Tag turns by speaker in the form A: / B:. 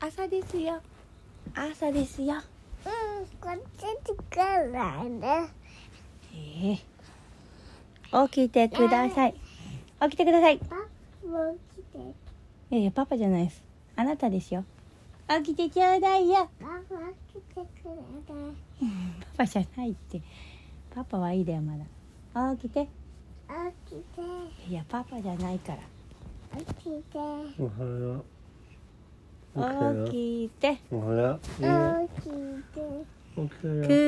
A: 朝ですよ朝ですよ
B: うん、こっちからね。
A: ええ起きてください起きてください
B: パパも来て。
A: いやいやパパじゃないですあなたですよ起きてちょうだいよ
B: パパ来てくれない。
A: パパじゃないってパパはいいだよまだ起きて
B: あ来て。
A: いやパパじゃないから
B: あ来て。
C: おはよう。
A: 起きて
C: おはよう。
B: あ来て。
C: 起きてよ。
A: く